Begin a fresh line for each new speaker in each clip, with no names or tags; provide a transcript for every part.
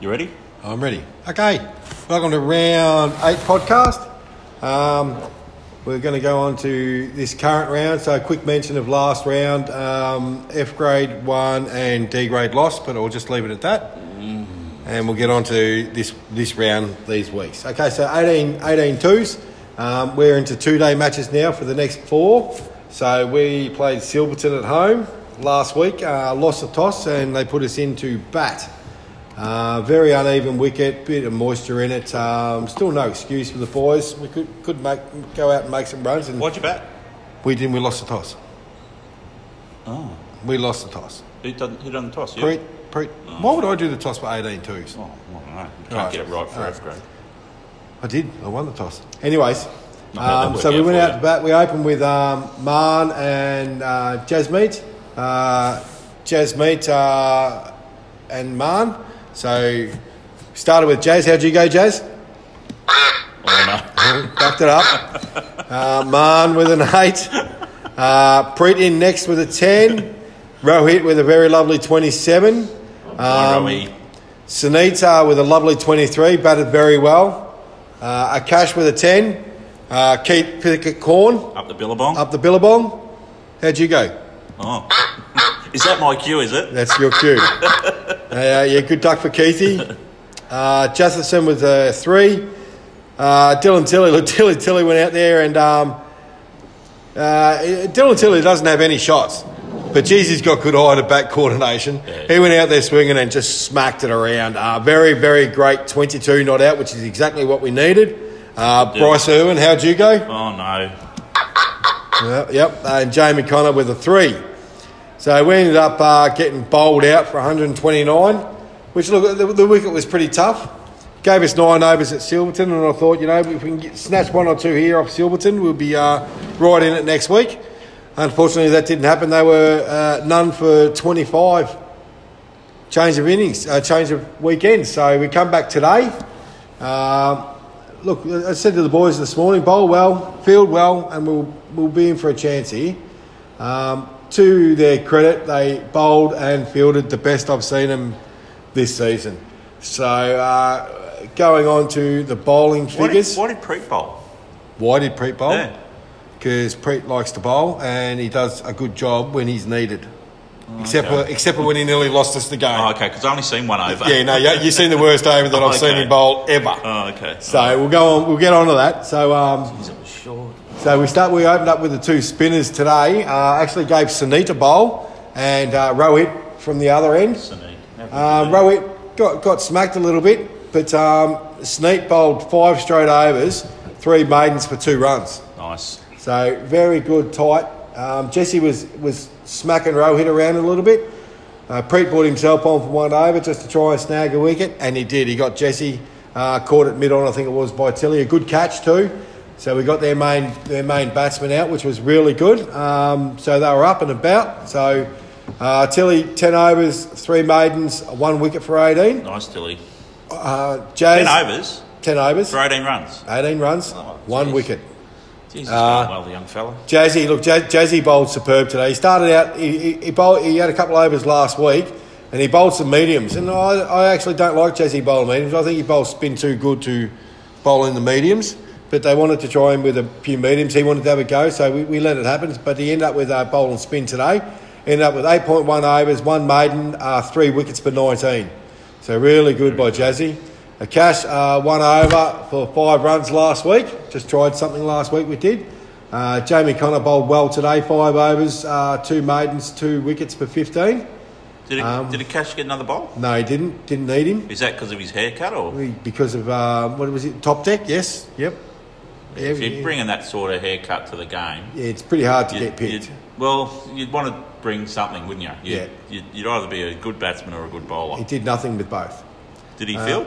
You ready?
I'm ready. Okay, welcome to round eight podcast. Um, we're going to go on to this current round. So, a quick mention of last round um, F grade won and D grade lost, but I'll just leave it at that. And we'll get on to this, this round these weeks. Okay, so 18, 18 twos. Um, we're into two day matches now for the next four. So, we played Silverton at home last week, uh, lost a toss, and they put us into bat. Uh, very uneven wicket, bit of moisture in it. Um, still no excuse for the boys. We could could make go out and make some runs, and
Why'd you bat?
we didn't. We lost the toss.
Oh.
We lost the toss.
Who done, who done the toss? You?
Preet, Preet, why would I do the toss for 18 twos?
Oh, I don't know. You can't
Right.
get it right for
Right.
F grade.
I did. I won the toss. Anyways,
Not how that
um,
worked
so we
out
went
for
out
you.
to bat. We opened with um, Marn and uh, Jasmeet. Uh, Jasmeet uh, and Marn. So started with Jazz. How'd you go, Jazz?
Oh, no.
Backed it up. Uh, Marn with an eight. Uh, Preet in next with a 10. Rohit with a very lovely 27.
Um,
Sunita with a lovely 23, batted very well. Uh, Akash with a 10. Uh, Keith Pickett Corn
up the billabong.
up the Billabong. How'd you go?
Oh. is that my cue, is it?
That's your cue. uh, yeah, good duck for Keithy. Uh, Justison with a three. Uh, Dylan Tilly, look, Tilly Tilly went out there and um, uh, Dylan Tilly doesn't have any shots, but geez, he's got good eye to back coordination. He went out there swinging and just smacked it around. Uh, very, very great 22 not out, which is exactly what we needed. Uh, Bryce Irwin, how'd you go?
Oh, no.
Yeah, yep, and Jamie Connor with a three. So we ended up uh, getting bowled out for 129, which look the, the wicket was pretty tough. Gave us nine overs at Silverton, and I thought, you know, if we can get, snatch one or two here off Silverton, we'll be uh, right in it next week. Unfortunately, that didn't happen. They were uh, none for 25 change of innings, uh, change of weekend. So we come back today. Um, look, I said to the boys this morning, bowl well, field well, and we'll we'll be in for a chance here. Um, to their credit, they bowled and fielded the best I've seen them this season. So uh, going on to the bowling
Why did,
figures.
why did Preet bowl?
Why did Preet bowl?
Yeah.
Because Preet likes to bowl and he does a good job when he's needed. except,
Oh, okay.
for, except for when he nearly lost us the game.
Oh, okay, because I only seen one over.
Yeah, no, yeah, you've seen the worst over that I've seen
Okay.
him bowl ever.
Oh, okay.
So we'll go on. We'll get on to that. So, um,
It was short.
so we start. We opened up with the two spinners today. Uh, actually, gave Sunita a bowl and uh, Rohit from the other end.
Sneak.
Uh, Rohit got, got smacked a little bit, but um, Sneak bowled five straight overs, three maidens for two runs.
nice.
So very good, tight. Um, Jesse was was smacking Rohit around a little bit. Uh, Preet brought himself on for one over just to try and snag a wicket, and he did. He got Jesse uh, caught at mid on, I think it was by Tilly. A good catch too. So we got their main their main batsman out, which was really good. Um, so they were up and about. So uh, Tilly ten overs, three maidens, one wicket for eighteen.
Nice, Tilly.
Uh, Jazz
10 overs
10 overs,
for 18 runs.
eighteen runs,
Oh,
one
geez.
wicket.
Jeez, he's
Uh,
done well, the young fella.
Jazzy, look, Jaz- Jazzy bowled superb today. He started out, he, he, he, bowled, he had a couple overs last week and he bowled some mediums. And I, I actually don't like Jazzy bowling mediums. I think he bowls spin too good to bowl in the mediums. But they wanted to try him with a few mediums. He wanted to have a go, so we, we let it happen. But he ended up with uh, bowl and spin today. Ended up with 8.1 overs, one maiden, uh, three wickets for 19. So really good by Jazzy. A cash uh, one over for five runs last week. Just tried something last week we did. Uh, Jamie Connor bowled well today, five overs, uh, two maidens, two wickets for 15.
Did it,
um,
did it cash get another bowl?
No, he didn't. Didn't need him
Is that because of his haircut or?
He- because of, uh, what was it, top deck? Yes. Yep. Yeah,
If you're
yeah.
bringing that sort of haircut to the game,
Yeah, it's pretty hard to
you'd,
get picked.
you'd- well, you'd want to bring something, wouldn't you? You'd,
Yeah.
You'd, you'd either be a good batsman or a good
He
bowler.
did nothing with both.
Did
uh,
he field?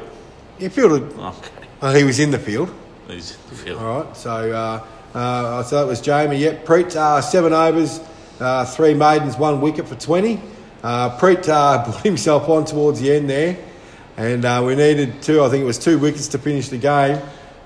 He fielded,
Okay.
well, he was in the field.
He's field.
All right, so uh, uh, so that was Jamie. Yep, Preet uh, seven overs, uh, three maidens, one wicket for twenty. Uh, Preet uh, put himself on towards the end there, and uh, we needed two. I think it was two wickets to finish the game.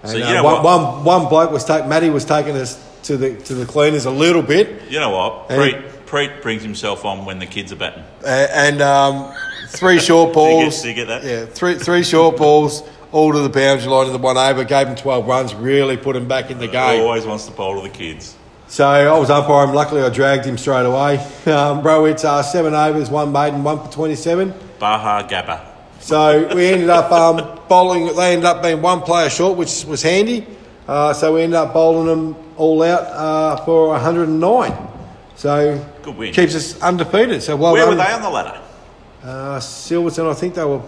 And,
So you
uh,
know
one,
what?
one one bloke was taking. Matty was taking us to the to the cleaners a little bit,
You know what?
And-
Preet, Preet brings himself on when the kids are batting.
uh, and um, Three short
Do you,
balls.
get, do you get that?
Yeah, three three short balls, all to the boundary line of the one over. Gave him twelve runs, really put him back in the game.
Always wants to bowl to the kids.
So I was umpire him. Luckily, I dragged him straight away, um, bro. It's uh, seven overs, one maiden, one for twenty-seven.
Baha Gabba.
So we ended up um, bowling. They ended up being one player short, which was handy. Uh, so we ended up bowling them all out uh, for 109. So
Good win.
keeps us undefeated. So well
Where were
done.
they on the ladder?
Uh, Silverton, I think they were.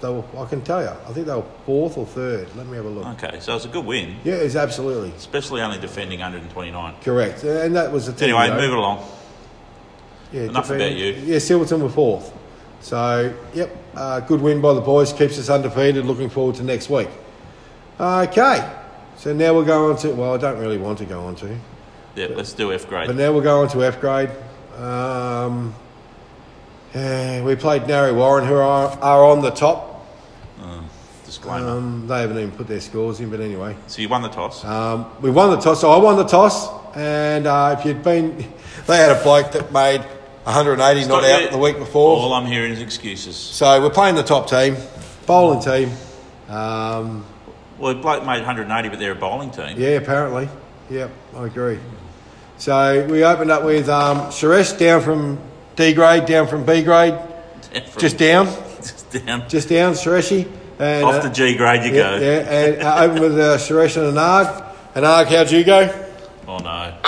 They were. I can tell you. I think they were fourth or third. Let me have a look.
Okay, so it's a good win,
Yeah, it's absolutely
especially only defending 129.
correct. And that was the thing.
Anyway,
you know.
move it along.
Yeah,
Enough
defeated-
about you.
Yeah, Silverton were fourth. So, yep, uh, good win by the boys. Keeps us undefeated. Looking forward to next week. Okay, so now we'll go on to, well, I don't really want to go on to,
Yeah, let's do F
but
grade.
now we'll go on to F grade. Um, eh, we played Narry Warren, who are, are on the top.
Disclaimer.
Um, they haven't even put their scores in, but anyway.
so you won the toss.
Um, we won the toss. So I won the toss, and uh, if you'd been, they had a bloke that made 180 not
Stop
out
it.
the week before.
All I'm hearing is excuses.
So we're playing the top team, bowling team. Um,
Well, the bloke made 180, but they're a bowling team.
yeah, apparently. Yep, I agree. So we opened up with um, Suresh down from D grade, down from B grade,
From-
just down,
Just down.
just down, Sureshi. And, uh,
Off to G grade you go.
yeah, yeah, and uh, open with uh, Suresh and Anag. Anag, how'd you go?
Oh no.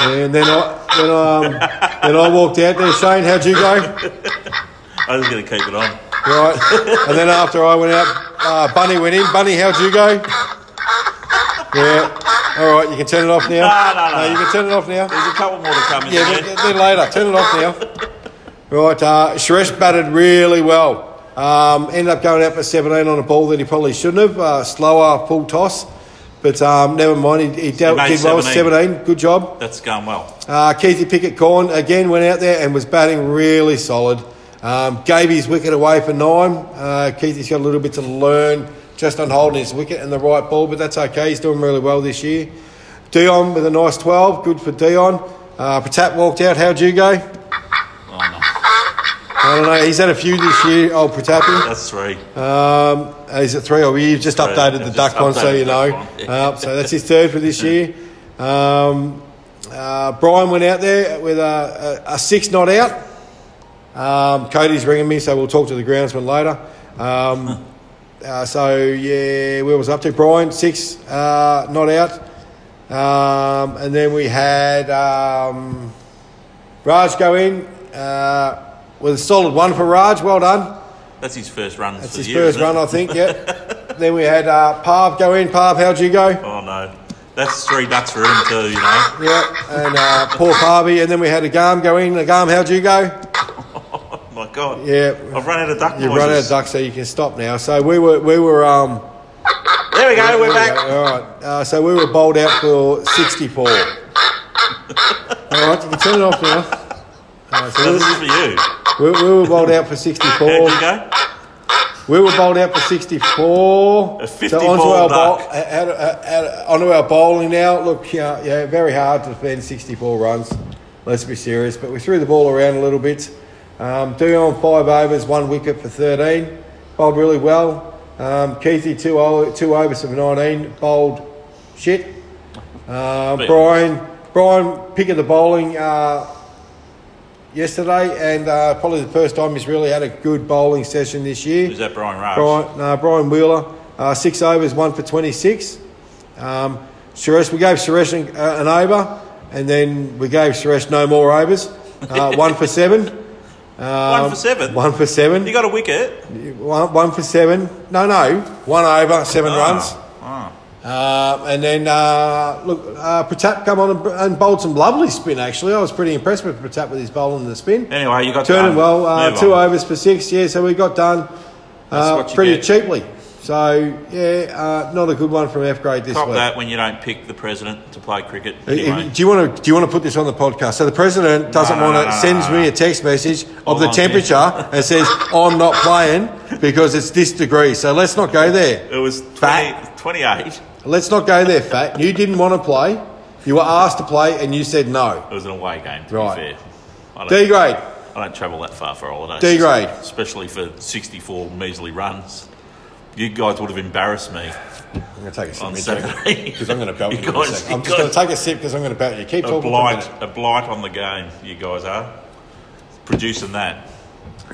And then I, then, um, then I walked out there. Shane, how'd you go?
I was going to keep it on.
Right. And then after I went out, uh, Bunny went in. Bunny, how'd you go? Yeah. All right, you can turn it off now. Uh,
No, no, no.
you can turn it off now.
There's a couple more to come in
Yeah,
there.
then, then later. Turn it off now. Right, uh, Suresh batted really well. Um, ended up going out for 17 on a ball that he probably shouldn't have. Uh, slower full toss. But um, never mind, he, he dealt,
made
did well
17.
17. Good job.
That's going well.
Uh, Keithy Pickett Corn again went out there and was batting really solid. Um, gave his wicket away for nine. Uh, Keithy's got a little bit to learn just on holding his wicket and the right ball, but that's okay. He's doing really well this year. Dion with a nice 12. Good for Dion. Uh, Patat walked out. How'd you go?
Oh no.
I don't know. He's had a few this year, old Pratapi.
That's three.
Um, he's at three. Or you've just
Three.
updated the
I've
duck
just
one, so
updated the
you know.
duck one.
Uh, so that's his third for this year. Um, uh, Brian went out there with a, a, a six not out. Um, Cody's ringing me, so we'll talk to the groundsman later. Um, uh, so yeah, where was I up to? Brian six uh, not out, um, and then we had um, Raj go in uh, with a solid one for Raj. Well done.
That's his first run
That's
for
his
the year,
first
isn't it?
run, I think. Yeah. then we had uh, Parv go in. Parv, how'd you go?
Oh no. That's three ducks for him too, you know.
Yeah. And uh, poor Parvy. And then we had Agam go in. Agam, how'd you go?
Oh my god.
Yeah.
I've run out of duck
You've
noises.
run out of ducks, so you can stop now. So we were we were um.
There we go. We're
There we
back.
go. All right. Uh, so we were bowled out for 64. All right, you can turn it off now. All right,
So
so
this is for you.
we, we, we were bowled out for 64.
How'd you go?
We were bowled out for 64.
A 50
so onto
ball
our
duck.
bowl- uh, out- uh, out- onto our bowling now. Look, yeah, yeah, very hard to defend 64 runs. Let's be serious. But we threw the ball around a little bit. Um, Dion, five overs, one wicket for 13. Bowled really well. Um, Keithy, two, o- two overs for 19. Bowled shit. Um,
Bit.
Brian, Brian picked the bowling. Uh, Yesterday, and uh, probably the first time he's really had a good bowling session this year.
Who's that, Brian Rush?
Brian, no, Brian Wheeler, uh, six overs, one for 26. Um, Suresh, we gave Suresh an, uh, an over, and then we gave Suresh no more overs. Uh, one for seven. Um,
for seven?
One for seven.
You got a wicket.
one, one for seven. No, no. One over, seven runs.
Ah.
Uh, and then, uh, look, uh, Pratap come on and, and bowled some lovely spin, actually. I was pretty impressed with Pratap with his bowling and the spin.
Anyway, you got
Turning
done.
well, uh,
Move
two
on.
overs for six, yeah, so we got done uh,
what you
pretty
get.
cheaply. So, yeah, uh, not a good one from F grade this
Top
week.
that when you don't pick the president to play cricket.
Uh,
Anyway,
Do you want to do you want to put this on the podcast? So the president doesn't
No, no,
want to
no, no,
sends
no, no.
me a text message of
Hold
the
on,
temperature and says I'm not playing because it's this degree. So let's not go there.
it was 20,
Fat.
28.
Let's not go there, fat. You didn't want to play. You were asked to play and you said no.
It was an away game, to
Right.
be fair. I don't,
D grade.
I I don't travel that far for holidays.
D grade.
Especially for 64 measly runs. You guys would have embarrassed me
I'm going to take a sip
on Saturday.
because I'm going to belt you.
You
in a
guys-
sec.
you
I'm just
guys-
going to take a sip because I'm going to belt you. Keep
a
talking. for a
blight,
minute.
a blight on the game, you guys are. Producing that.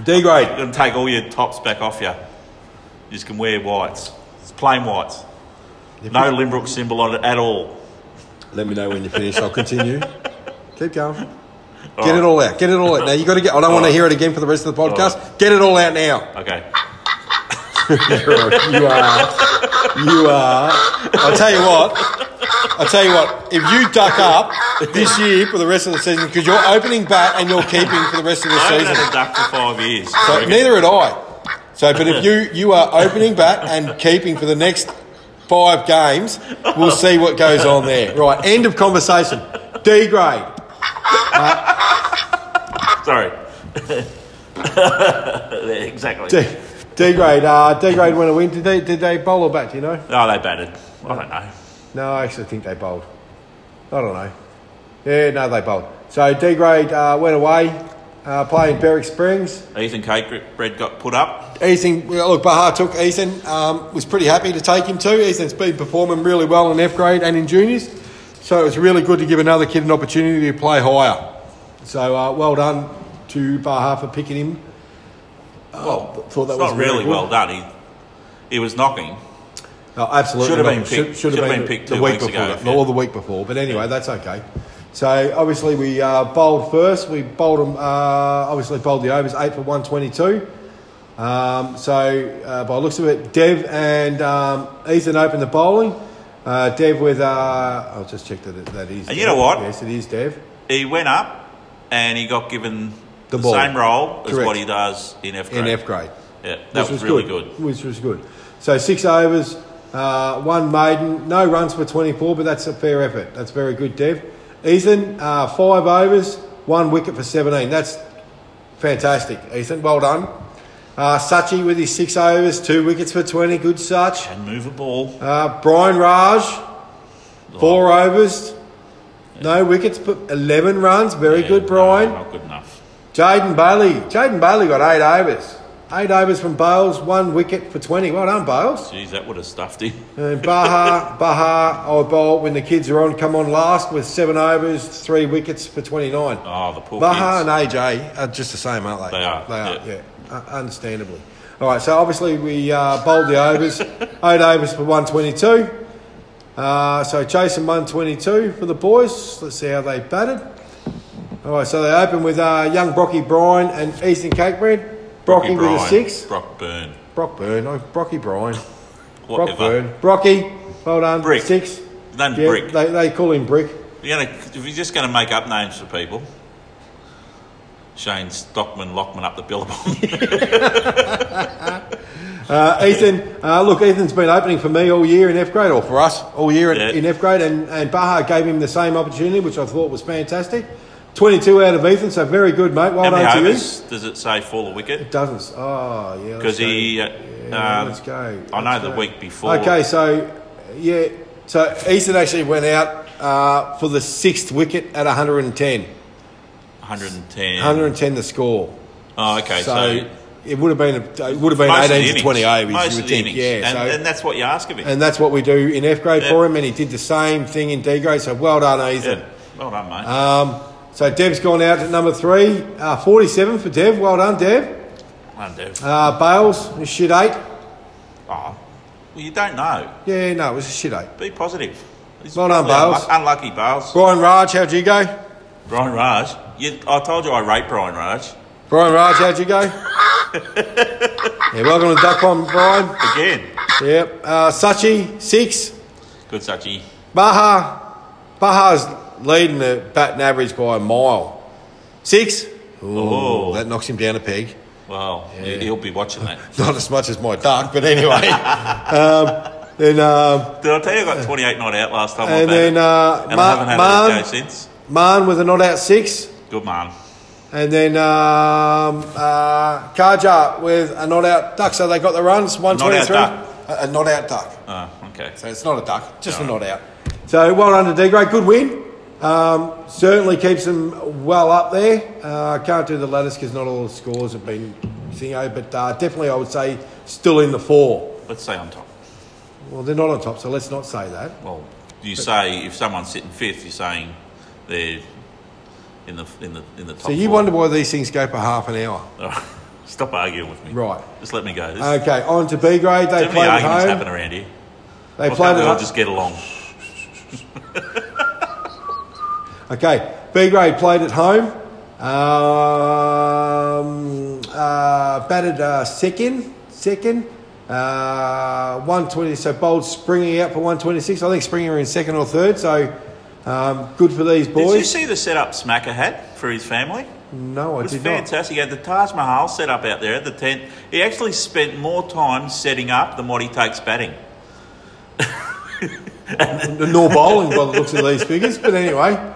D grade.
Gonna take all your tops back off you. You just can wear whites. It's plain whites. No Limbrook symbol on it at all.
Let me know when you finish. I'll continue. Keep going. Get it all out. Get it all out. Now you got to get. I don't want to hear it again for the rest of the podcast. Get it all out now.
Okay.
you are. You are. I'll tell you what. I'll tell you what. If you duck up this year for the rest of the season, because you're opening bat and you're keeping for the rest of the
I haven't
season.
had a duck for five years.
So
Okay.
neither had I. So, but if you you are opening bat and keeping for the next five games, we'll see what goes on there. Right. End of conversation. D grade.
Sorry. There, exactly.
D, D grade. Uh, D grade went a win. Did they did they bowl or bat? Do you know?
Oh, they batted. I don't know.
No, I actually think they bowled. I don't know. Yeah, no, they bowled. So D grade uh, went away, uh, playing Berwick Springs.
Ethan Cake bread got put up.
Ethan, well, look, Baha took Ethan. Um, was pretty happy to take him too. Ethan's been performing really well in F grade and in juniors, so it was really good to give another kid an opportunity to play higher. So uh, well done to Baha for picking him. Uh,
Well,
thought that
it's
was
not
very
really
good.
well done. He, he was knocking.
No, absolutely.
Should have
not.
been picked- should have been picked
the
two
week
weeks
before,
ago,
that,
yeah.
or the week before. But anyway, that's okay. So obviously we uh, bowled first. We bowled them. Uh, obviously bowled the overs eight for one twenty two. Um, so uh, by the looks of it, Dev and um, Ethan opened the bowling. Uh, Dev with uh, I'll just check that it- that is.
And you
Dev.
know what?
Yes, it is Dev.
He went up and he got given
The
the,
ball.
same role as
Correct.
what he does in F
in
grade.
F grade.
Yeah, that was really good.
Which was good. So six overs, uh, one maiden, no runs for 24, but that's a fair effort. That's very good, Dev. Ethan, uh, five overs, one wicket for 17. That's fantastic, Ethan. Well done. Uh, Sachi with his six overs, two wickets for 20. Good Such.
And move a ball.
Uh, Brian Raj, four
Oh.
overs, no wickets, but 11 runs. Very
Yeah,
good,
no,
Brian.
not good enough.
Jaden Bailey. Jaden Bailey got eight overs. Eight overs from Bales, one wicket for 20. Well done, Bales.
Jeez, that would have stuffed him.
And Baha, Baha, I bowl when the kids are on, come on last with seven overs, three wickets for 29.
Oh, the poor
Baha
kids.
and AJ are just the same, aren't they?
They are,
They are, yeah. Uh, understandably. All right, so obviously we uh, bowled the overs. Eight overs for 122. Uh, so Jason 122 for the boys. Let's see how they batted. All right, so they open with uh, young Brocky Bryan and Easton Cakebread. Brocky, with a
Brian,
six.
Brock Byrne.
Brock Byrne. No, Brocky Bryan. Brock
Whatever.
Byrne. Brocky. Well done.
Brick.
Six.
Then
Yeah,
Brick.
They, they call him Brick.
You're, gonna, if you're just going to make up names for people, Shane Stockman, Lockman up the Billabong.
Uh, Ethan, uh, look, Ethan's been opening for me all year in F grade, or for us all year in,
Yeah.
in F grade, and, and Baha gave him the same opportunity, which I thought was fantastic. 22 out of Ethan, so very good, mate. Well
How many
done to you.
overs does it say fall a wicket?
It doesn't. Oh, yeah. let's
Because
go.
he, uh,
Yeah,
um,
let's go.
I know
Let's
the
go.
week before.
Okay, so yeah, so Ethan actually went out uh, for the sixth wicket at 110.
110.
110 the score.
Oh, okay. So,
so, it would have been a, it would have been
most of the
18
innings.
to 20 overs.
Most
you
of
would
the
think,
innings.
yeah.
and,
so
and that's what you ask of him.
and that's what we do in F grade
Yeah.
for him, and he did the same thing in D grade. So well done, Ethan.
yeah. Well done, mate.
Um, so Dev's gone out at number three, uh, 47 for Dev. Well done, Dev.
Well done, Dev.
Uh, Bales, a shit eight.
oh, well, you don't know.
Yeah, no, it was a shit eight.
Be positive. He's
Well done,
probably
Bales.
unlu- Unlucky, Bales.
Brian Raj, how'd you go?
Brian Raj. You, I told you I rate Brian Raj.
Brian Raj, how'd you go? yeah, welcome to Duck Pond, Brian.
Again.
Yep. Uh, Sachi, six.
Good, Sachi.
Baha, Baha's leading the batting average by a mile. Six. Ooh,
Oh.
That knocks him down a peg.
Well, he- he'll be watching that.
Not as much as my duck, but anyway. um, then, um,
Did I tell you I got 28 not out last time? I
and
batted?
then uh,
and I haven't
Ma-
had a
Marn,
go since.
Marn with a not out six.
Good man.
And then um, uh, Karja with a not out duck. So they got the runs, 123.
duck.
A, a not out duck.
Oh, okay.
So it's not a duck, just a not out. So well done to D grade. Good win. Um, Um, certainly keeps them well up there. Uh, I can't do the ladders because not all the scores have been thingo, but uh, definitely I would say still in the four.
Let's say on top.
Well, they're not on top, so let's not say that.
Well, you say if someone's sitting fifth, you're saying they're in the in the in the top.
So you
four.
wonder why these things go for half an hour.
Stop arguing with me.
Right.
Just let me go. This,
Okay, on to B grade. They
too many
played at
arguments
home.
happen around here.
They
Why
played
can't
at
we all
home.
just get along?
Okay, B grade played at home. Um, uh, batted uh, second, second. Uh, 120, so Bold springing out for 126. I think Springer in second or third, so um, good for these
Did you
boys.
see the setup Smacker had for his family?
No, I
It was
did not.
fantastic. He had the Taj Mahal set up out there at the tent. He actually spent more time setting up than what he takes batting.
Nor bowling by the looks of these figures, but anyway.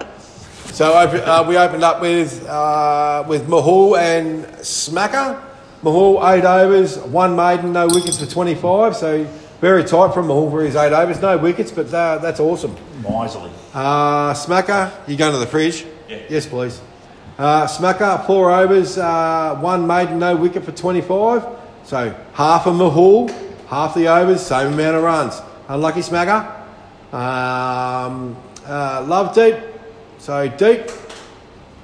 So op- uh, we opened up with uh, with Mahal and Smacker. Mahal eight overs, one maiden, no wickets for twenty five. So very tight from Mahal for his eight overs, no wickets, but tha- that's awesome.
Miserly.
Uh, Smacker, you going to the fridge?
Yeah.
Yes, please. Uh, Smacker four overs, uh, one maiden, no wicket for twenty five. So half a Mahal, half the overs, same amount of runs. Unlucky Smacker. Um, uh, love deep. So deep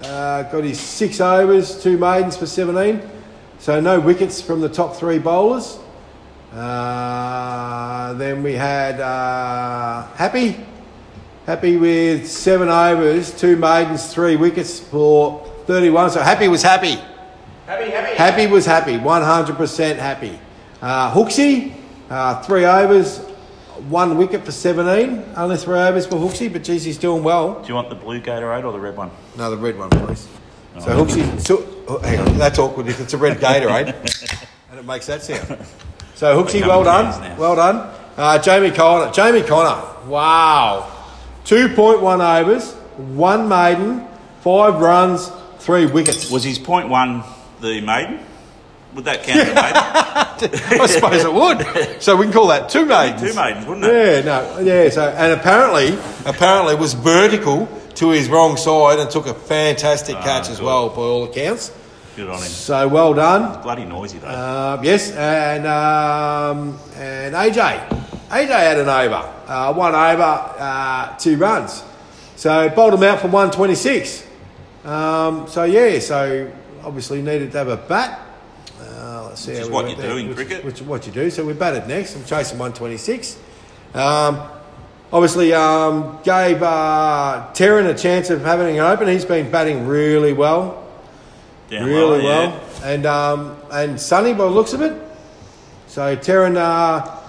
uh, got his six overs, two maidens for 17. So no wickets from the top three bowlers. Uh, then we had uh, Happy. Happy with seven overs, two maidens, three wickets for 31. So Happy was happy.
Happy, happy.
Happy was happy, 100% happy. Uh, Hooksy, uh, three overs, one wicket for 17. Only three overs for Hooksy, but geez, he's doing well.
Do you want the blue Gatorade or the red one?
No, the red one, please. So Hooksy, so, oh, hang on, that's awkward if it's a red Gatorade, and it makes that sound. So Hooksy,
Becoming
well
friends
done,
now.
well done. Uh, Jamie Connor, Jamie Connor, wow, two point one overs, one maiden, five runs, three wickets.
Was his point one the maiden? Would that count as a
I suppose it would. So we can call that two maidens.
maiden? Two maidens, wouldn't it?
Yeah, no, yeah. So and apparently, apparently was vertical to his wrong side and took a
Ah,
fantastic catch as
good.
well, by all accounts.
Good on him.
So well done.
Bloody noisy though.
Uh, yes, and um, and AJ, AJ had an over, uh, one over, uh, two runs, so bowled him out for one twenty six. Um, so yeah, so obviously needed to have a bat. Uh, let's see
Which
how
is
we
what
went
you
there.
do in
Which-
cricket.
Which is what you do. So we batted next. I'm chasing one twenty six. Um, obviously um, gave uh, Terran a chance of having an open. He's been batting really well
Down
really
low, yeah.
well. And um, and Sonny, by the looks of it. So Terran uh,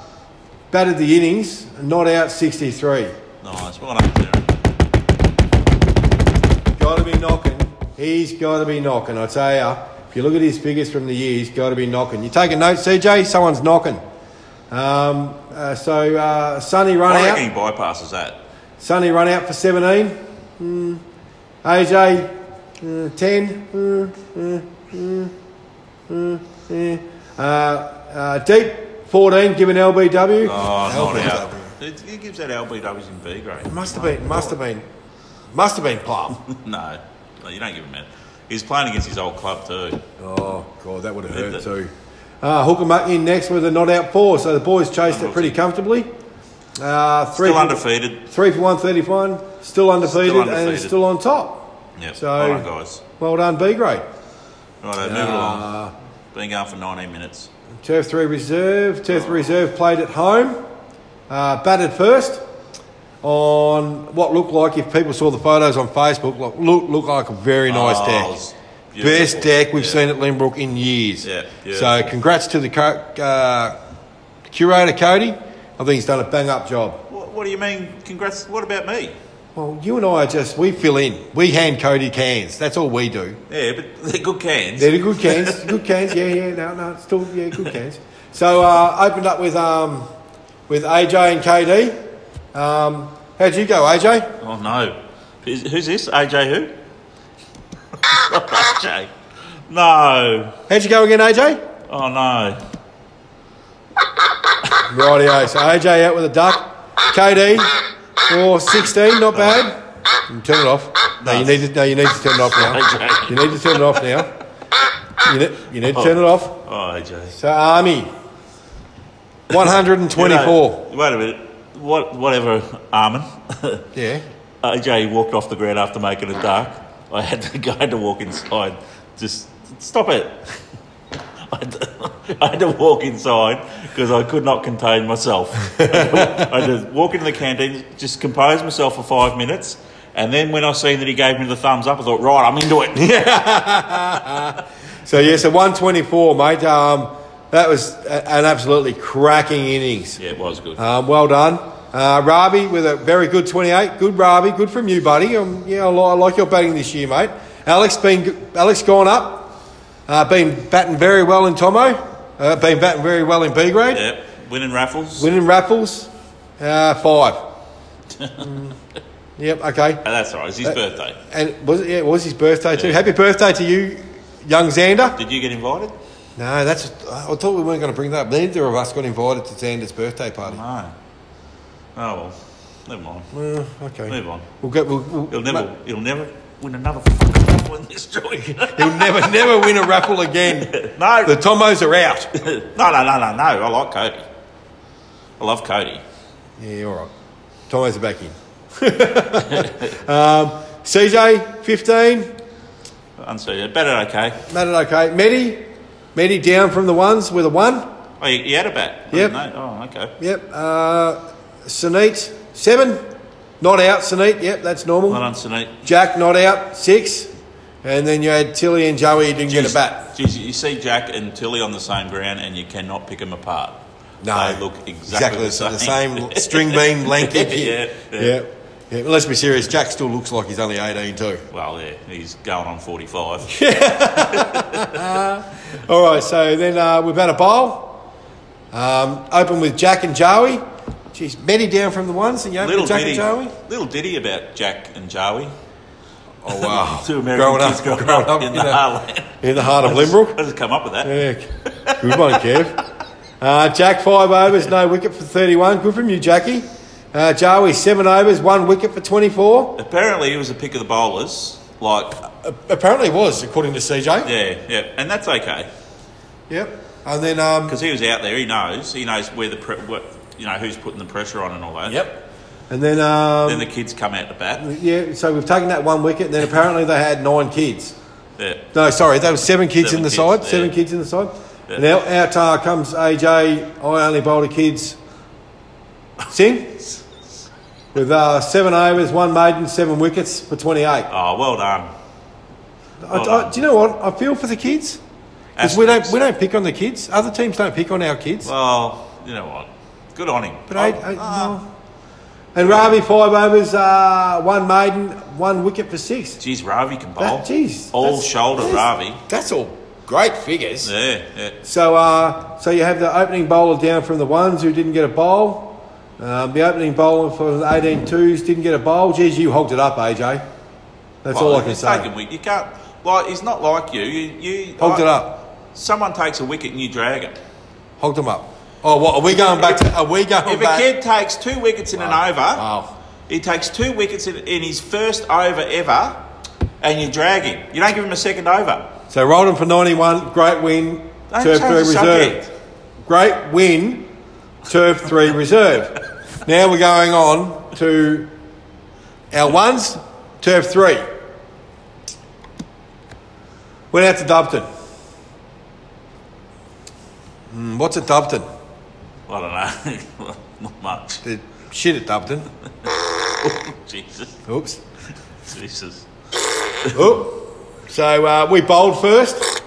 batted the innings, not out 63.
Nice. Well done, Darren.
Got to be knocking. He's got to be knocking, I tell ya. If you look at his figures from the year, he's got to be knocking. You take a note, CJ, someone's knocking. Um, uh, so uh, Sonny run
I
out.
reckon he bypasses that.
Sonny run out for 17. Mm. AJ, uh, 10. Mm, mm, mm, mm, yeah. Uh, uh, deep, 14, given LBW.
Oh,
LBW.
not out. It- He gives that LBWs in B grade.
Must have been, must have been, must have been Plum.
no, no, you don't give him that. He's playing against his old club too.
oh, God, that would have
hurt too.
Uh, Hooker in next with a not out four, so the boys chased it pretty comfortably. Uh, three,
Still
for-
undefeated.
three for 131, still undefeated, and
undefeated.
still on top.
Yeah.
So-
All right, guys.
Well done, B grade.
Right, move it along. Been going for 19 minutes.
Turf 3 Reserve. Turf 3 Reserve played at home. Uh, batted first on what looked like, if people saw the photos on Facebook, look, look, looked like a very nice
Oh, it was
deck.
beautiful.
Best deck we've
Yeah.
seen at Lynbrook in years.
Yeah,
so
beautiful.
congrats to the cu- uh, curator, Cody. I think he's done a bang up job.
What, what do you mean? Congrats. What about me?
Well, you and I are just, we fill in. We hand Cody cans. That's all we do.
Yeah, but they're good cans.
They're the good cans. good cans. Yeah, yeah. No, no. Still, yeah, good cans. So uh, opened up with um, with AJ and KD. Um, how'd you go, AJ?
oh no. Who's, who's this? AJ who? AJ. No.
How'd you go again, AJ?
Oh no.
Rightio. So AJ out with a duck. KD for sixteen. Not bad. You turn it off. No, you need to. No, you need to turn it off now.
Okay.
You need to turn it off now. You need, you need to turn it off.
Oh, AJ.
So army, one hundred and
You know,
twenty-four.
wait a minute. What, whatever, Armin.
Yeah.
AJ walked off the ground after making it dark. I had to go to walk inside. Just stop it. I had to, I had to walk inside because I could not contain myself. I had to walk into the canteen, just compose myself for five minutes, and then when I seen that he gave me the thumbs up, I thought, right, I'm into it.
So yeah, so one twenty-four, mate. Um, that was a- an absolutely cracking innings.
yeah, it was good.
Um, well done. Uh, Rabi with a very good 28. Good Rabi. Good from you, buddy. Um, yeah, I, li- I like your batting this year, mate. Alex been g- Alex gone up. Uh, been batting very well in Tomo. Uh, been batting very well in B grade.
yeah, winning raffles.
Winning raffles. Uh, five. Mm, yep. Okay.
Oh, that's all right. It's his birthday.
And was it, yeah, it was his birthday too. Happy birthday to you, young Xander.
Did you get invited?
No, that's. I I thought we weren't going to bring that up. Neither of us got invited to Xander's birthday party.
No. Oh well, never mind.
Uh, okay.
Move on.
We'll get. We'll, we'll,
Uh-huh. He'll never, he'll never win another fucking raffle in this joint.
He'll never, never win a raffle again.
No,
The Tommos are out.
no, no, no, no, no. I like Cody. I love Cody.
Yeah, all right. Tommos are back in. um, CJ, 15.
Unseated. Batted okay.
Made it okay. Medi, Medi down from the ones with a one.
Oh, he, he had a bat. I
Yep.
didn't know. Oh, okay.
Yep. Uh, Sunit, seven. Not out, Sunit. Yep, that's
Not
normal.
unseated.
Jack, not out, six. And then you had Tilly and Joey, who didn't get a bat.
Geez, you see Jack and Tilly on the same ground and you cannot pick them apart.
No.
They look exactly,
the same. string beam, lengthy.
yeah, yeah.
yeah. Yeah, but let's be serious. Jack still looks like he's only 18 too.
Well, yeah, he's going on 45.
All right, so then uh, we've had a bowl. Um, open with Jack and Joey. Jeez, Medi down from the ones, and you open
little
with Jack
ditty,
and Joey.
little ditty about Jack and Joey.
Oh wow,
Two American
growing
kids
up,
growing
growing
up, in
you
the
know,
Harlem.
in the heart of Limbrook.
I just come up with that.
Yeah, good one, Kev. Uh, Jack five overs, no wicket for thirty-one. Good from you, Jackie. Uh, Joey seven overs, one wicket for twenty-four.
Apparently, he was a pick of the bowlers. Like,
apparently, it was according to CJ.
yeah, yeah, and that's okay
Yep. And then, um,
because he was out there. He knows. He knows where the pre- what you know who's putting the pressure on and all that.
and then,
Then
um,
the kids come out to bat.
yeah. So we've taken that one wicket. And then apparently they had nine kids.
Yeah.
No, sorry, there was seven kids
Seven
in the
kids,
side.
yeah.
Seven kids in the side.
Yeah.
And out, out uh, comes AJ. I only bowled a kids. Sing with uh, seven overs, one maiden, seven wickets for twenty-eight.
Oh, well done.
I,
Oh.
I, do you know what? I feel for the kids because we don't we don't pick on the kids. Other teams don't pick on our kids.
Well, you know what? Good on him.
But I, I, no. And Ravi five overs, uh, one maiden, one wicket for six.
Geez, Ravi can bowl.
That, geez,
all
that's-
shoulder,
that's-
Ravi.
That's all great figures.
Yeah, yeah.
So, uh, so you have the opening bowler down from the ones who didn't get a bowl. Um, the opening bowler for the 18 twos didn't get a bowl. Geez, you hogged it up, AJ. That's all I can
it's
say.
Taken wicket. You can't. Like, he's not like you. You, you
Hogged it
I-
up.
Someone takes a wicket and you drag it.
Hogged them up. Oh, what are we going back to? Are we going
If
back?
a kid takes two wickets in an over,
Wow.
he takes two wickets in, in his first over ever, and you drag him. You don't give him a second over.
So Roldan for 91, great win.
Don't change
turf three
the
reserve.
subject.
Great win. Turf three reserve. Now we're going on to our ones. Turf three. Went out to Dubton. Mm, what's at Dubton?
I don't know. not much.
The shit at Dubton.
Jesus.
Oops.
Jesus.
Oh. So uh, we bowled first.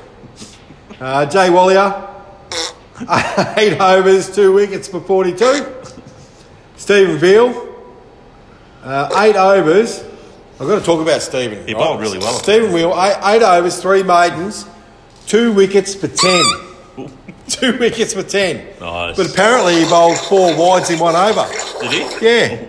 Uh, Jay Wallier, eight overs, two wickets for 42. Stephen Veal, uh, eight overs. I've got to talk about Stephen.
He bowled really well.
Stephen Veal, eight, eight overs, three maidens, two wickets for 10. two wickets for 10.
Nice.
But apparently he bowled four wides in one over.
Did he?
Yeah.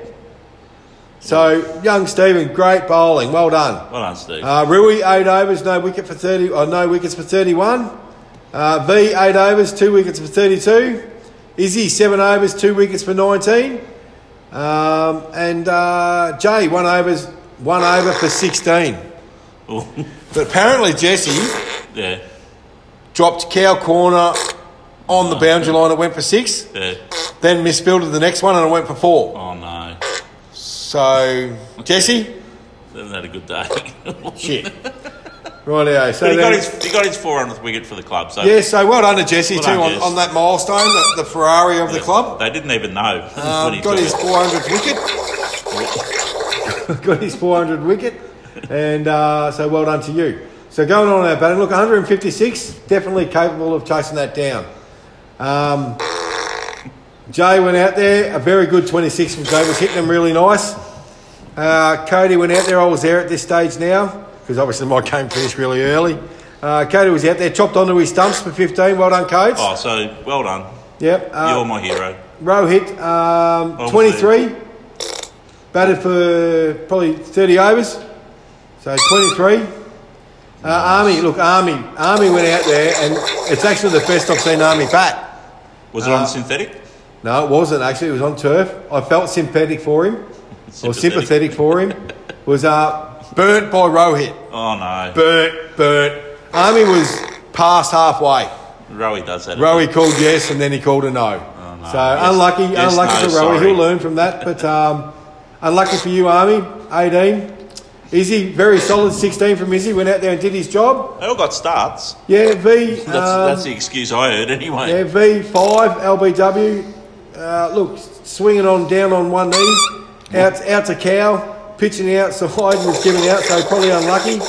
So, young Stephen, great bowling. Well done.
Well done, Steve.
Uh, Rui, eight overs, no wicket for 30, oh, no wickets for 31. Uh, v, eight overs, two wickets for 32. Izzy, seven overs, two wickets for 19. Um, and uh, Jay, one overs, one over for 16. But apparently Jesse
Oh, yeah,
dropped cow corner on the boundary line. It went for six.
yeah.
Then misfielded the next one and it went for four.
Oh no,
So Jesse,
they haven't had a good day.
shit. Rightio. So
he got
then-
his he got his 400th wicket for the club. So
yeah, so well done to Jesse
Well
too
done,
on,
Jess.
on that milestone, the, the Ferrari of the club.
They didn't even know. when
Um,
he
got
took
his
it.
400th wicket. got his 400 wicket, and uh, so well done to you. So going on our batting, look, 156, definitely capable of chasing that down. Um, Jay went out there, a very good 26 from Jay, was hitting them really nice. Uh, Cody went out there, I was there at this stage now, because obviously my game finished really early. Uh, Cody was out there, chopped onto his stumps for 15, well done, Codes.
Oh, so well done.
Yep. uh,
You're my hero.
Rohit, um,
Obviously.
23. Batted for probably 30 overs. So 23. Uh, Army, look, Army. Army went out there, and it's actually the best I've seen Army bat.
Was
uh,
it on synthetic?
No, it wasn't, actually. It was on turf. I felt sympathetic for him, or sympathetic for him. Was uh, burnt by Rohit.
Oh no,
Burnt, burnt. Army was past halfway.
Rowie does that.
Rowie called yes, and then he called a no.
Oh, no.
So
Yes.
unlucky,
Yes,
unlucky
no,
for Rowie.
sorry.
He'll learn from that. But um, unlucky for you, Army. 18. Izzy, very solid 16 from Izzy. Went out there and did his job.
They all got starts.
Yeah, V.
That's,
um,
that's the excuse I heard anyway.
yeah, V5, LBW. Uh, look, swinging on down on one knee. Out, out to cow. Pitching outside was giving out, so probably unlucky.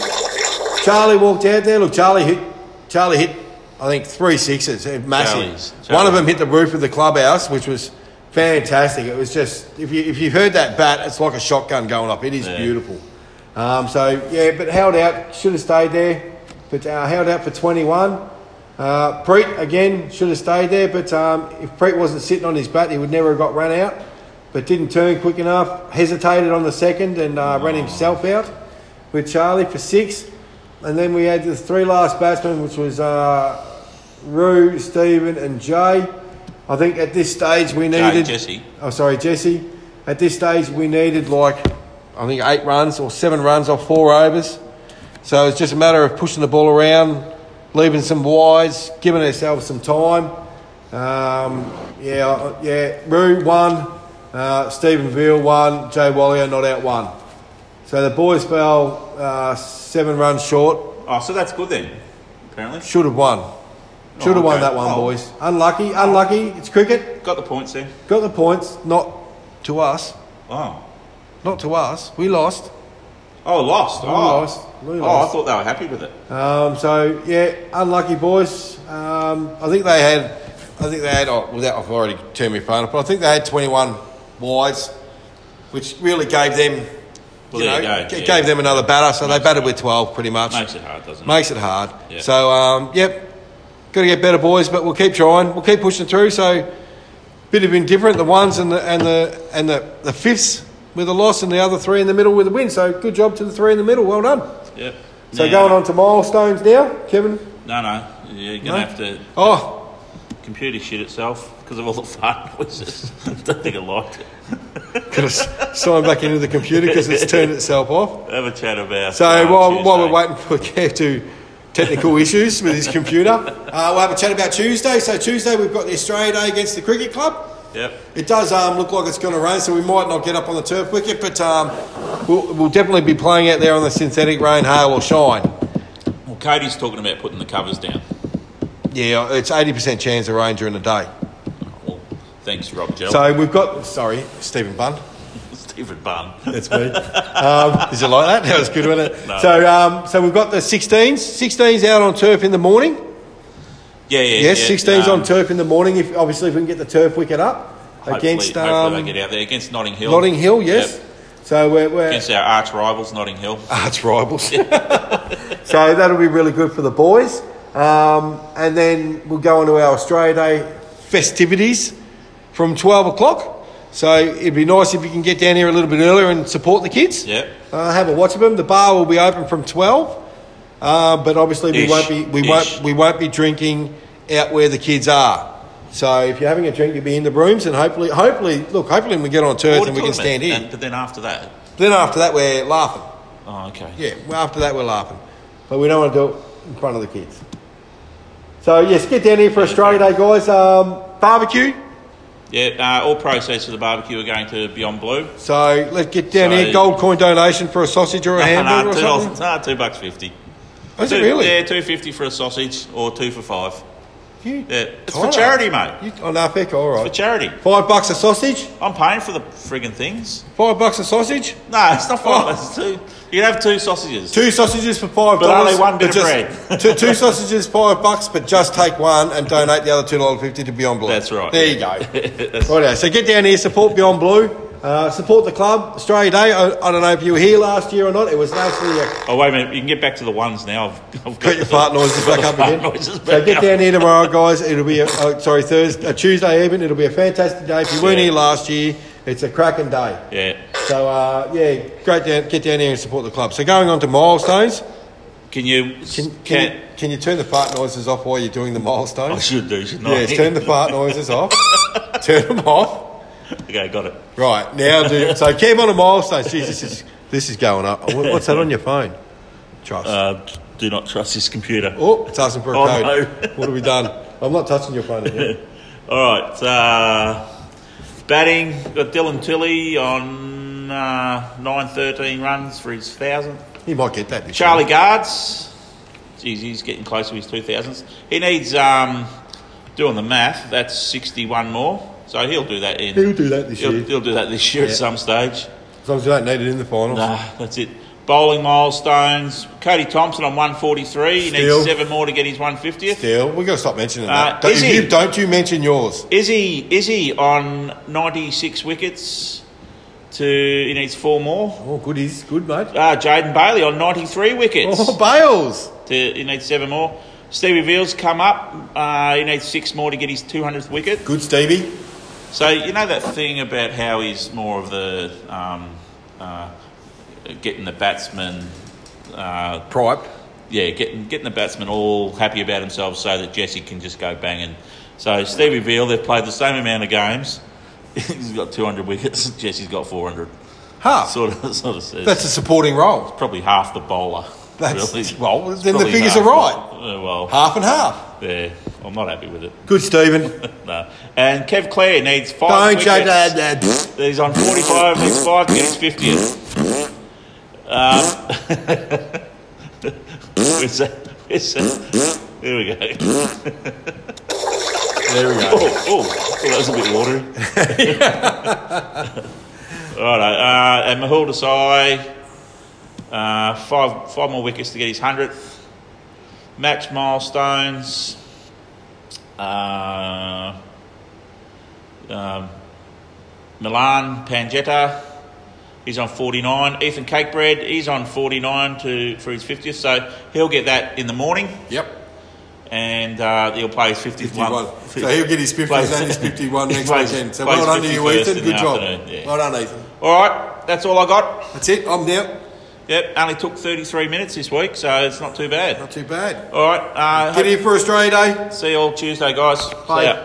Charlie walked out there. Look, Charlie hit. Charlie hit. I think three sixes, eh, massive.
Charlie's-
One of
Charlie.
them hit the roof of the clubhouse, which was fantastic. It was just if you if you heard that bat, it's like a shotgun going up. It is
Yeah.
beautiful. Um, so yeah, but held out. Should have stayed there, but uh, held out for twenty one. Uh, Preet again should have stayed there, but um, if Preet wasn't sitting on his bat, he would never have got run out. But didn't turn quick enough. Hesitated on the second and uh, ran himself out with Charlie for six. And then we had the three last batsmen, which was uh, Rue, Stephen, and Jay. I think at this stage we
Jay,
needed.
Jesse.
Oh, sorry, Jesse. At this stage we needed like, I think eight runs or seven runs off four overs. So it's just a matter of pushing the ball around, leaving some wides, giving ourselves some time. Um, yeah, uh, yeah. Rue one, uh, Stephen Veal one, Jay Wallio not out one. So the boys fell uh, seven runs short.
Oh, so that's good then. Apparently,
Should have won. Should have
Oh,
won
okay.
that one,
Oh.
boys. Unlucky, unlucky. It's cricket.
got the points then.
Got the points. Not to us.
Oh,
Not to us. We lost.
oh, lost. Oh,
lost. We
oh,
lost.
I thought they were happy with it.
Um, so yeah, unlucky boys. Um, I think they had, I think they had. Oh, well, that I've already turned my phone up, but I think they had 21 wides, which really gave them,
Well,
you know,
there you go,
g-
yeah.
gave them another batter. So they batted with 12 pretty much.
Makes it hard, doesn't it?
Makes it hard.
Yeah.
So um, yep, got to get better, boys. But we'll keep trying. We'll keep pushing through. So bit of indifferent. The ones and the and the and the, the fifths with a loss, and the other three in the middle with a win. So good job to the three in the middle. Well done.
Yep.
So
Yeah.
going on to milestones now, Kevin.
No, no. You're gonna
No?
have to.
Oh,
Computer shit itself because of all the fart noises. Don't think I liked it.
got to sign back into the computer because it's turned itself off.
Have a chat about.
So
uh,
while, while we're
Tuesday.
waiting for Kev to technical issues with his computer, uh, we'll have a chat about Tuesday. So Tuesday we've got the Australia Day against the cricket club.
Yep.
It does um, look like it's going to rain, so we might not get up on the turf wicket, but um, we'll, we'll definitely be playing out there on the synthetic rain, hail or shine.
Well, Cody's talking about putting the covers down.
Yeah, it's 80% chance of rain during the day.
Well, thanks, Rob Gell.
So we've got, sorry, Stephen Bunn.
Stephen Bunn.
That's me. Um, is it like that? That was good, wasn't it?
No.
So, um, so we've got the 16s. 16s out on turf in the morning.
Yeah, yeah,
Yes,
yeah.
16s
Um,
on turf in the morning. If obviously if we can get the turf wicket up
Hopefully,
against
hopefully
um,
they get out there against Notting Hill.
Notting Hill. Yes.
Yep.
So we're, we're
Against our arch rivals, Notting Hill.
arch rivals. so that'll be really good for the boys. Um, and then we'll go on to our Australia Day festivities from 12 o'clock. So it'd be nice if you can get down here a little bit earlier and support the kids.
Yep.
Uh, have a watch of them. The bar will be open from twelve, uh, but obviously we
Ish.
won't be we
Ish.
won't we won't be drinking out where the kids are. So if you're having a drink, you'll be in the rooms, and hopefully, hopefully, look, hopefully we get on turf
Or
and we can
tournament.
stand in.
And- but then after that,
Then after that, we're laughing.
Oh, okay.
Yeah, well, after that, we're laughing. But we don't want to do it in front of the kids. So, yes, get down here for Australia Day, guys. Um, barbecue.
Yeah, uh, all proceeds for the barbecue are going to Beyond Blue.
So, let's get down
So-
here. Gold coin donation for a sausage or a hamburger
nah,
or
two
something.
dollars, nah, two bucks fifty.
Is
two,
it really?
Yeah, two fifty for a sausage or two for five.
You
Yeah, it's for
tired.
charity, mate.
You, oh, no, feck, all
For
right.
charity.
Five bucks a sausage?
I'm paying for the frigging things.
Five bucks a sausage?
No, it's not
Oh.
five. It's two. You can have two sausages.
Two sausages for five
But
dollars.
only one bit of
just-
bread.
two, two sausages, five bucks, but just take one and donate the other two dollars fifty to Beyond Blue.
That's right.
There you go. Righto, so get down here, support Beyond Blue, uh, support the club. Australia Day. I, I don't know if you were here last year or not. It was absolutely a
Oh wait a minute! You can get back to the ones now. I've, I've got
Got your fart noises
got
back
the
up
fart
again.
noises
So
back
get
up.
down here tomorrow, guys. It'll be a, oh, sorry Thursday, a Tuesday even. It'll be a fantastic day. If you weren't
Yeah.
here last year, it's a cracking day.
Yeah.
So uh, yeah, great. Down, get down here and support the club. So going on to milestones.
Can you?
Can,
Can,
can, you, can you turn the fart noises off while you're doing the
I
milestones?
should do, shouldn't I?
Yes, turn the fart noises off. turn them off.
Okay, got it.
Right now, do so. Keep on the milestones. Jeez, this is this is going up. What- What's that on your phone? Trust.
Uh, do not trust this computer.
oh, it's asking for a
Oh,
code.
no.
What have we done? I'm not touching your phone again.
All right. Uh, batting got Dylan Tilley on uh, nine thirteen runs for his thousandth.
He might get that. This
Charlie Guards. Geez, he's getting close to his two thousands. He needs um, doing the math. That's sixty one more. So he'll do that in.
year. He'll do that this
He'll,
year.
he'll do that this year
Yeah.
at some stage.
As long as you don't need it in the finals.
Nah, that's it. Bowling milestones. Cody Thompson on 143. He
Still.
needs seven more to get his 150th.
Still, we've got to stop mentioning that.
Uh,
Don't
is
you,
he-
don't you mention yours.
Izzy, Izzy on 96 wickets. To He needs four more.
Oh, good is good, mate.
Uh, Jaden Bailey on 93 wickets.
Oh, Bales.
To, he needs seven more. Stevie Veals come up. Uh, he needs six more to get his 200th wicket.
Good, Stevie.
So you know that thing about how he's more of the um, uh, getting the batsman uh,
Pripe.
yeah, getting getting the batsmen all happy about themselves so that Jesse can just go banging. So Stevie Veal, they've played the same amount of games. He's got 200 wickets. Jesse's got 400.
Half.
Sort of, sort of says
That's a supporting role.
probably half the bowler.
That's-
really.
well,
It's
then the
probably
figures
half
are right.
the- uh, well,
Half and half.
yeah, I'm not happy with it.
Good, Stephen.
no. And Kev Clare needs 5
Don't
wickets.
joke. Dad, dad.
He's on 45, needs 5 to get his 50th. Um, where's that? Where's that? There we go.
There we go.
Oh, oh, oh, that was a bit watery. Right, uh, and Mahul Desai, uh, five, five more wickets to get his 100th. Match milestones. Uh, um, Milan Pangetta, he's on 49. Ethan Cakebread, he's on 49 to, for his 50th, so he'll get that in the morning.
Yep.
And uh, he'll play his
51.
51.
So he'll get his 50s
Plays-
and his 51
he
next
plays-
weekend. So
plays
well done to you,
51st
Ethan.
in
Good
the
job.
afternoon, yeah.
Well done, Ethan.
All right, that's all I got.
That's it. I'm down.
Yep, only took 33 minutes this week, so it's not too bad.
Not too bad.
All right, uh,
Get here for Australia Day.
hope- see you all Tuesday, guys.
Bye.
See ya.